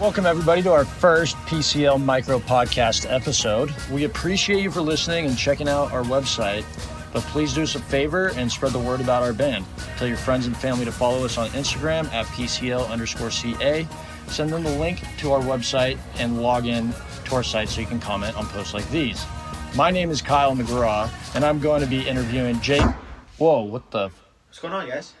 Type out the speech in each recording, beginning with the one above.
Welcome, everybody, to our first PCL Micro Podcast episode. We appreciate you for listening and checking out our website, but please do us a favor and spread the word about our band. Tell your friends and family to follow us on Instagram at PCL underscore CA. Send them the link to our website and log in to our site so you can comment on posts like these. My name is Kyle McGraw, and I'm going to be interviewing Jake. Whoa, what the? What's going on, guys?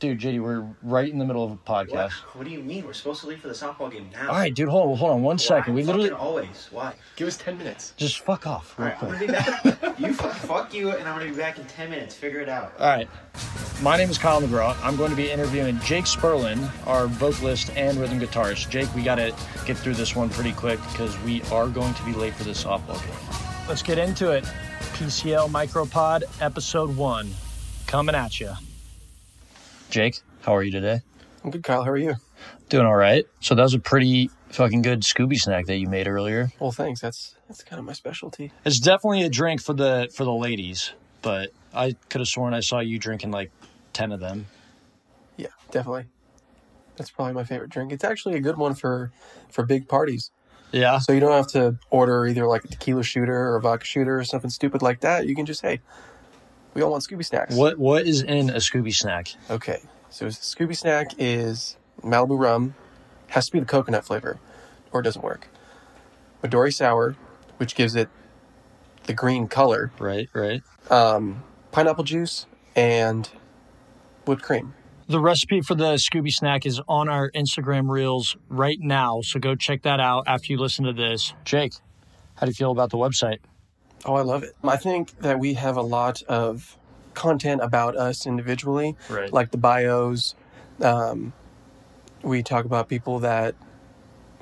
Dude, JD, we're right in the middle of a podcast. What do you mean? We're supposed to leave for the softball game now. All right, dude, hold on, hold on one second. We literally always. Why? Give us 10 minutes. just fuck off. All real right, I'm quick. gonna be back. you fuck, fuck you, and I'm gonna be back in ten minutes. Figure it out. All right. My name is Kyle McGraw. I'm going to be interviewing Jake Sperlin, our vocalist and rhythm guitarist. Jake, we got to get through this one pretty quick because we are going to be late for this softball game. Let's get into it. PCL Micropod, Episode 1, coming at you. Jake, how are you today? I'm good, Kyle. How are you? Doing all right. So that was a pretty fucking good Scooby snack that you made earlier. Well, thanks. That's that's kind of my specialty. It's definitely a drink for the for the ladies, but I could have sworn I saw you drinking like 10 of them. Yeah, definitely. That's probably my favorite drink. It's actually a good one for for big parties. Yeah. So you don't have to order either like a tequila shooter or a vodka shooter or something stupid like that. You can just hey, we all want Scooby snacks. What what is in a Scooby snack? Okay. So a Scooby snack is Malibu rum, has to be the coconut flavor, or it doesn't work. Midori sour, which gives it the green color. Right, right. um, pineapple juice and whipped cream. The recipe for the Scooby snack is on our Instagram reels right now, so go check that out after you listen to this. Jake, how do you feel about the website? Oh, I love it. I think that we have a lot of content about us individually, Right. like the bios. Um, we talk about people that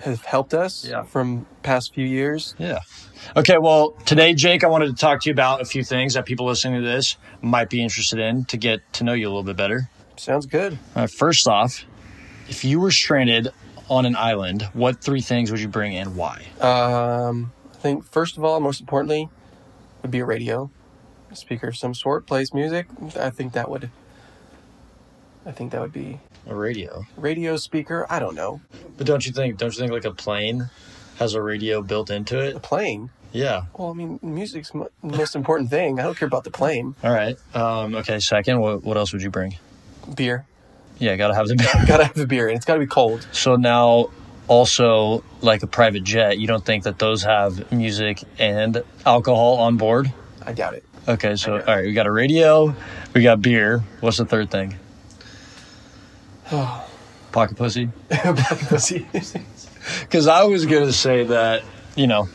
have helped us Yeah. from past few years. Yeah. Okay, well, today, Jake, I wanted to talk to you about a few things that people listening to this might be interested in to get to know you a little bit better. Sounds good. Uh, first off, if you were stranded on an island, what three things would you bring and why? Um, I think first of all, most importantly, would be a radio, a speaker of some sort, plays music. I think that would. I think that would be A radio. radio speaker. I don't know. But don't you think? Don't you think like a plane has a radio built into The it? plane. Yeah. Well, I mean, music's m- most important thing. I don't care about the plane. All right. Um, okay. Second, what, what else would you bring? Beer. Yeah, gotta have the beer. Gotta have the beer, and it's gotta be cold. so now, also like a private jet, you don't think that those have music and alcohol on board? I doubt it. Okay. So all right, we got a radio, we got beer. What's the third thing? Pocket pussy. Because I was gonna say that you know,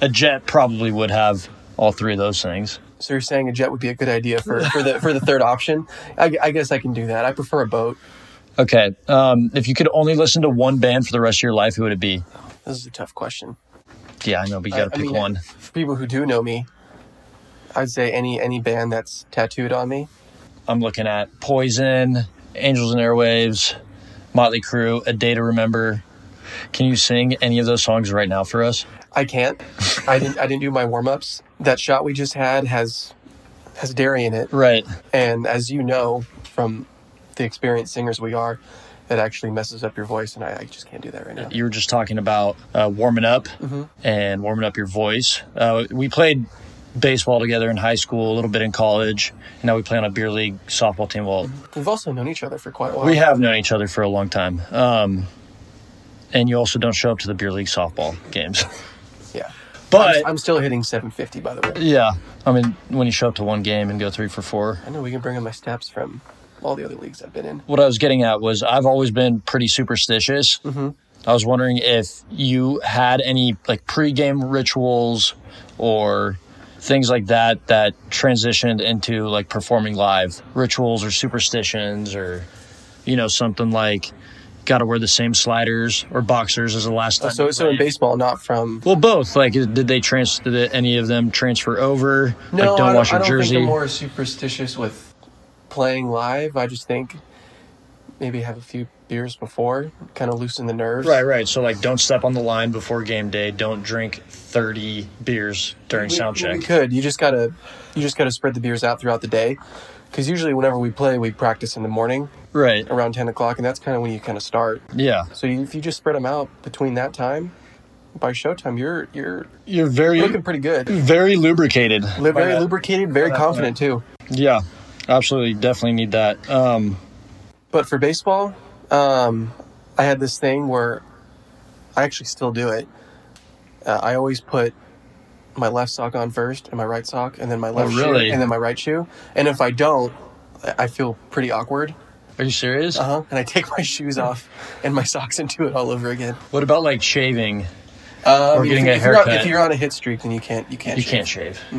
a jet probably would have all three of those things. so you're saying a jet would be a good idea for, for the for the third option? I, gu- I guess I can do that. I prefer a boat. Okay. Um, if you could only listen to one band for the rest of your life, who would it be? This is a tough question. Yeah, I know, but you gotta I- I pick mean, one. For people who do know me, I'd say any any band that's tattooed on me. I'm looking at Poison, Angels and Airwaves, Motley Crue, A Day to Remember. Can you sing any of those songs right now for us? I can't. I didn't. I didn't do my warm ups. That shot we just had has has dairy in it. Right. And as you know from the experienced singers we are, it actually messes up your voice, and I, I just can't do that right now. You were just talking about uh, warming up Mm-hmm. and warming up your voice. Uh, we played baseball together in high school, a little bit in college, and now we play on a beer league softball team. Well, We've also known each other for quite a while. we have known each other for a long time. Um, and you also don't show up to the beer league softball games. Yeah. But I'm still hitting 750, by the way. yeah, I mean, when you show up to one game and go three for four, I know we can bring in my steps from all the other leagues I've been in. what I was getting at was I've always been pretty superstitious. Mm-hmm. I was wondering if you had any like pregame rituals or things like that that transitioned into like performing live rituals or superstitions or you know something like got to wear the same sliders or boxers as the last time. So, you so in played. baseball, not from. well, both. Like, did they trans? Did any of them transfer over? No, like, I don't don't, wash I your don't think jersey. I'm more superstitious with playing live. I just think maybe have a few beers before, kind of loosen the nerves. Right, right. So like, don't step on the line before game day. Don't drink thirty beers during We- sound check. We could. You just gotta, you just gotta spread the beers out throughout the day, because usually whenever we play, we practice in the morning Right. around ten o'clock, and that's kind of when you kind of start. Yeah. So you- if you just spread them out between that time, by showtime, you're you're You're very, looking pretty good. very lubricated. Li- by Very that. lubricated, very confident too. uh, Yeah. Absolutely. Definitely need that. Um, But for baseball, um, I had this thing where I actually still do it. Uh, I always put my left sock on first and my right sock, and then my left Oh, really? shoe, and then my right shoe. And if I don't, I- I feel pretty awkward. are you serious? Uh-huh. And I take my Hmm. shoes off and my socks and do it all over again. What about like shaving? Um, Or if- getting a if, you're on, haircut. if you're on a hit streak, then you can't. You can't. You shave. Mm-hmm.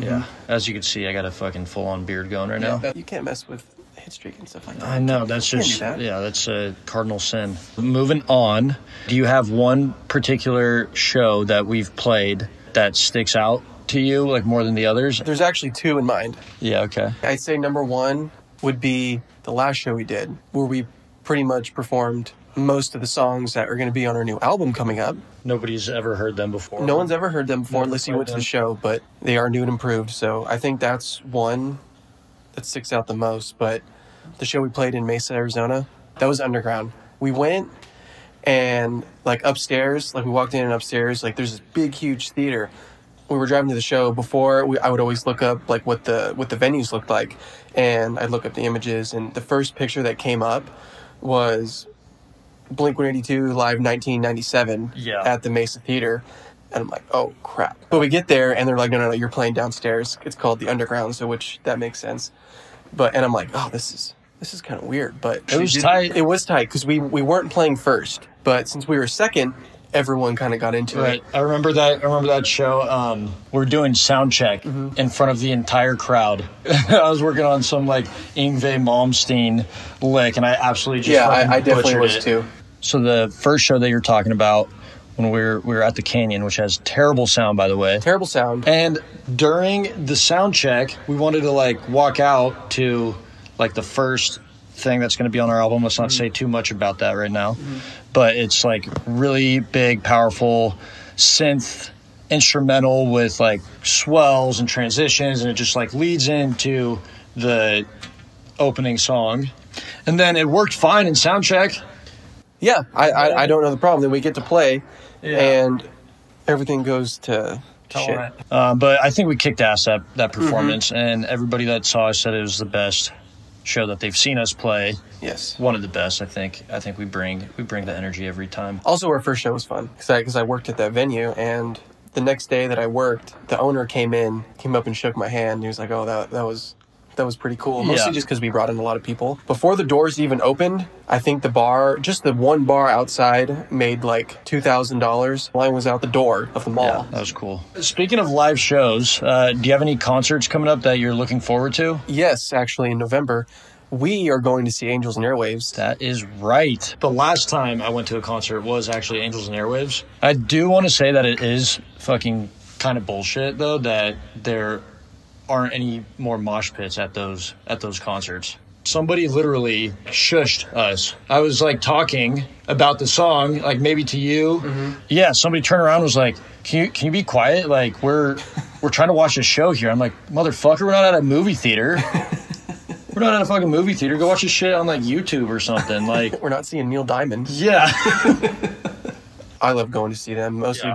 can't shave. Yeah. As you can see, I got a fucking full on beard going right Yeah, now. that- you can't mess with hit streak and stuff like that. I know that's can't do just that. yeah, that's a cardinal sin. Moving on, do you have one particular show that we've played that sticks out to you like more than the others? There's actually two in mind. Yeah, okay. I'd say number one would be the last show we did, where we pretty much performed most of the songs that are going to be on our new album coming up. Nobody's ever heard them before. No one's ever heard them before Never unless you heard went to them. the show, but they are new and improved. So I think that's one that sticks out the most. But the show we played in Mesa, Arizona, that was underground. We went and like upstairs, like we walked in and upstairs, like there's this big, huge theater. We were driving to the show before. We, I would always look up like what the what the venues looked like, and I'd look up the images. And the first picture that came up was Blink 182 live 1997 Yeah. at the Mesa Theater. And I'm like, oh crap. But we get there and they're like, no, no, no, you're playing downstairs. It's called the Underground, so which that makes sense. But and I'm like, oh, this is this is kind of weird. But It was tight. It was tight because we we weren't playing first, but since we were second, everyone kind of got into Right. it. I remember that. I remember that show. Um, we're doing sound check Mm-hmm. in front of the entire crowd. I was working on some like Ingve Malmsteen lick, and I absolutely just Yeah, fucking I, I definitely butchered was it. too. So the first show that you're talking about, when we were we were at the Canyon, which has terrible sound, by the way. Terrible sound. And during the sound check, we wanted to like walk out to like the first thing that's going to be on our album. Let's not say too much about that right now, but it's like really big, powerful synth instrumental with like swells and transitions, and it just like leads into the opening song. And then it worked fine in sound check. Yeah, I, I I don't know the problem. Then we get to play, Yeah. and everything goes to, to shit. Um, but I think we kicked ass that that performance, and everybody that saw us said it was the best show that they've seen us play. Yes. One of the best, I think. I think we bring we bring the energy every time. Also, our first show was fun because I, 'cause I worked at that venue, and the next day that I worked, the owner came in, came up and shook my hand. And he was like, "Oh, that that was that was pretty cool." Mostly Yeah. just because we brought in a lot of people. Before the doors even opened, I think the bar, just the one bar outside, made like two thousand dollars. Line was out the door of the mall. That was cool. Speaking of live shows, uh, do you have any concerts coming up that you're looking forward to? Yes, actually, in November, we are going to see Angels and Airwaves. That is right. The last time I went to a concert was actually Angels and Airwaves. I do want to say that it is fucking kind of bullshit though that there aren't any more mosh pits at those at those concerts. Somebody literally shushed us. I was like talking about the song, like maybe to you. Mm-hmm. Yeah, somebody turned around and was like, "Can you can you be quiet? Like we're we're trying to watch a show here." I'm like, "Motherfucker, we're not at a movie theater." We're not at a fucking movie theater. Go watch this shit on like YouTube or something. Like, We're not seeing Neil Diamond. yeah. I love going to see them mostly Yeah.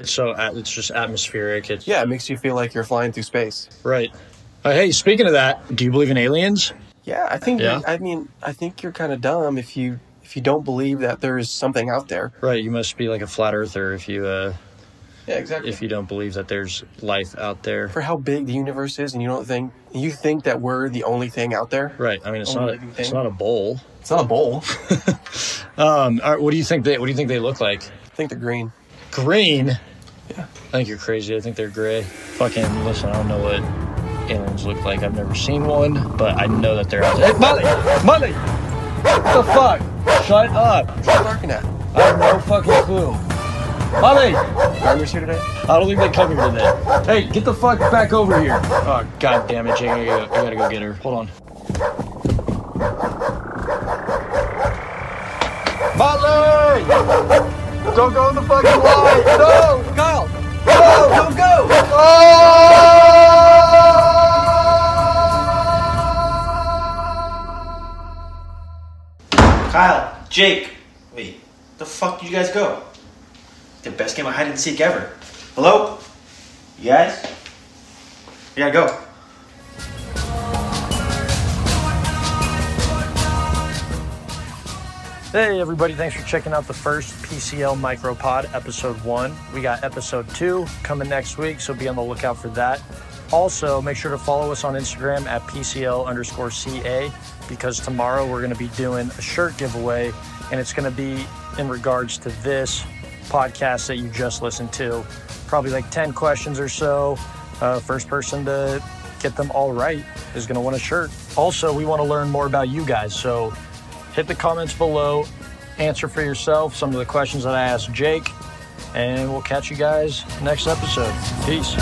It's so at- it's just atmospheric. It's yeah, it makes you feel like you're flying through space. right. Uh, hey, speaking of that, do you believe in aliens? Yeah, I think. Yeah. I mean, I think you're kind of dumb if you if you don't believe that there is something out there. Right. You must be like a flat earther if you uh, Yeah, exactly. if you don't believe that there's life out there. For how big the universe is, and you don't think you think that we're the only thing out there. Right. I mean, it's Only not a, living it's thing. not a bowl. It's not a bowl. Um. all right, what do you think they What do you think they look like? I think they're green. Green. Yeah. I think you're crazy. I think they're gray. Fucking listen. I don't know what aliens look like. I've never seen one, but I know that they're out there. Hey, Molly! Molly! What the fuck? Shut up! What are you barking at? I have no fucking clue. Molly! Farmers here today. I don't think they come here today. Hey, get the fuck back over here. Oh, god damn it, Jake. I gotta, go, I gotta go get her. Hold on. Motley! Don't go in the fucking line! No! Kyle! No, don't go! Kyle, Jake, wait, the fuck did you guys go? The best game of hide and seek ever. Hello? You guys? Yeah, go. Hey, everybody, thanks for checking out the first PCL Micropod, episode one. We got episode two coming next week, so be on the lookout for that. Also, make sure to follow us on Instagram at PCL underscore CA because tomorrow we're going to be doing a shirt giveaway, and it's going to be in regards to this podcast that you just listened to. Probably like 10 questions or so. Uh, first person to get them all right is going to win a shirt. Also, we want to learn more about you guys, so hit the comments below, answer for yourself some of the questions that I asked Jake, and we'll catch you guys next episode. Peace.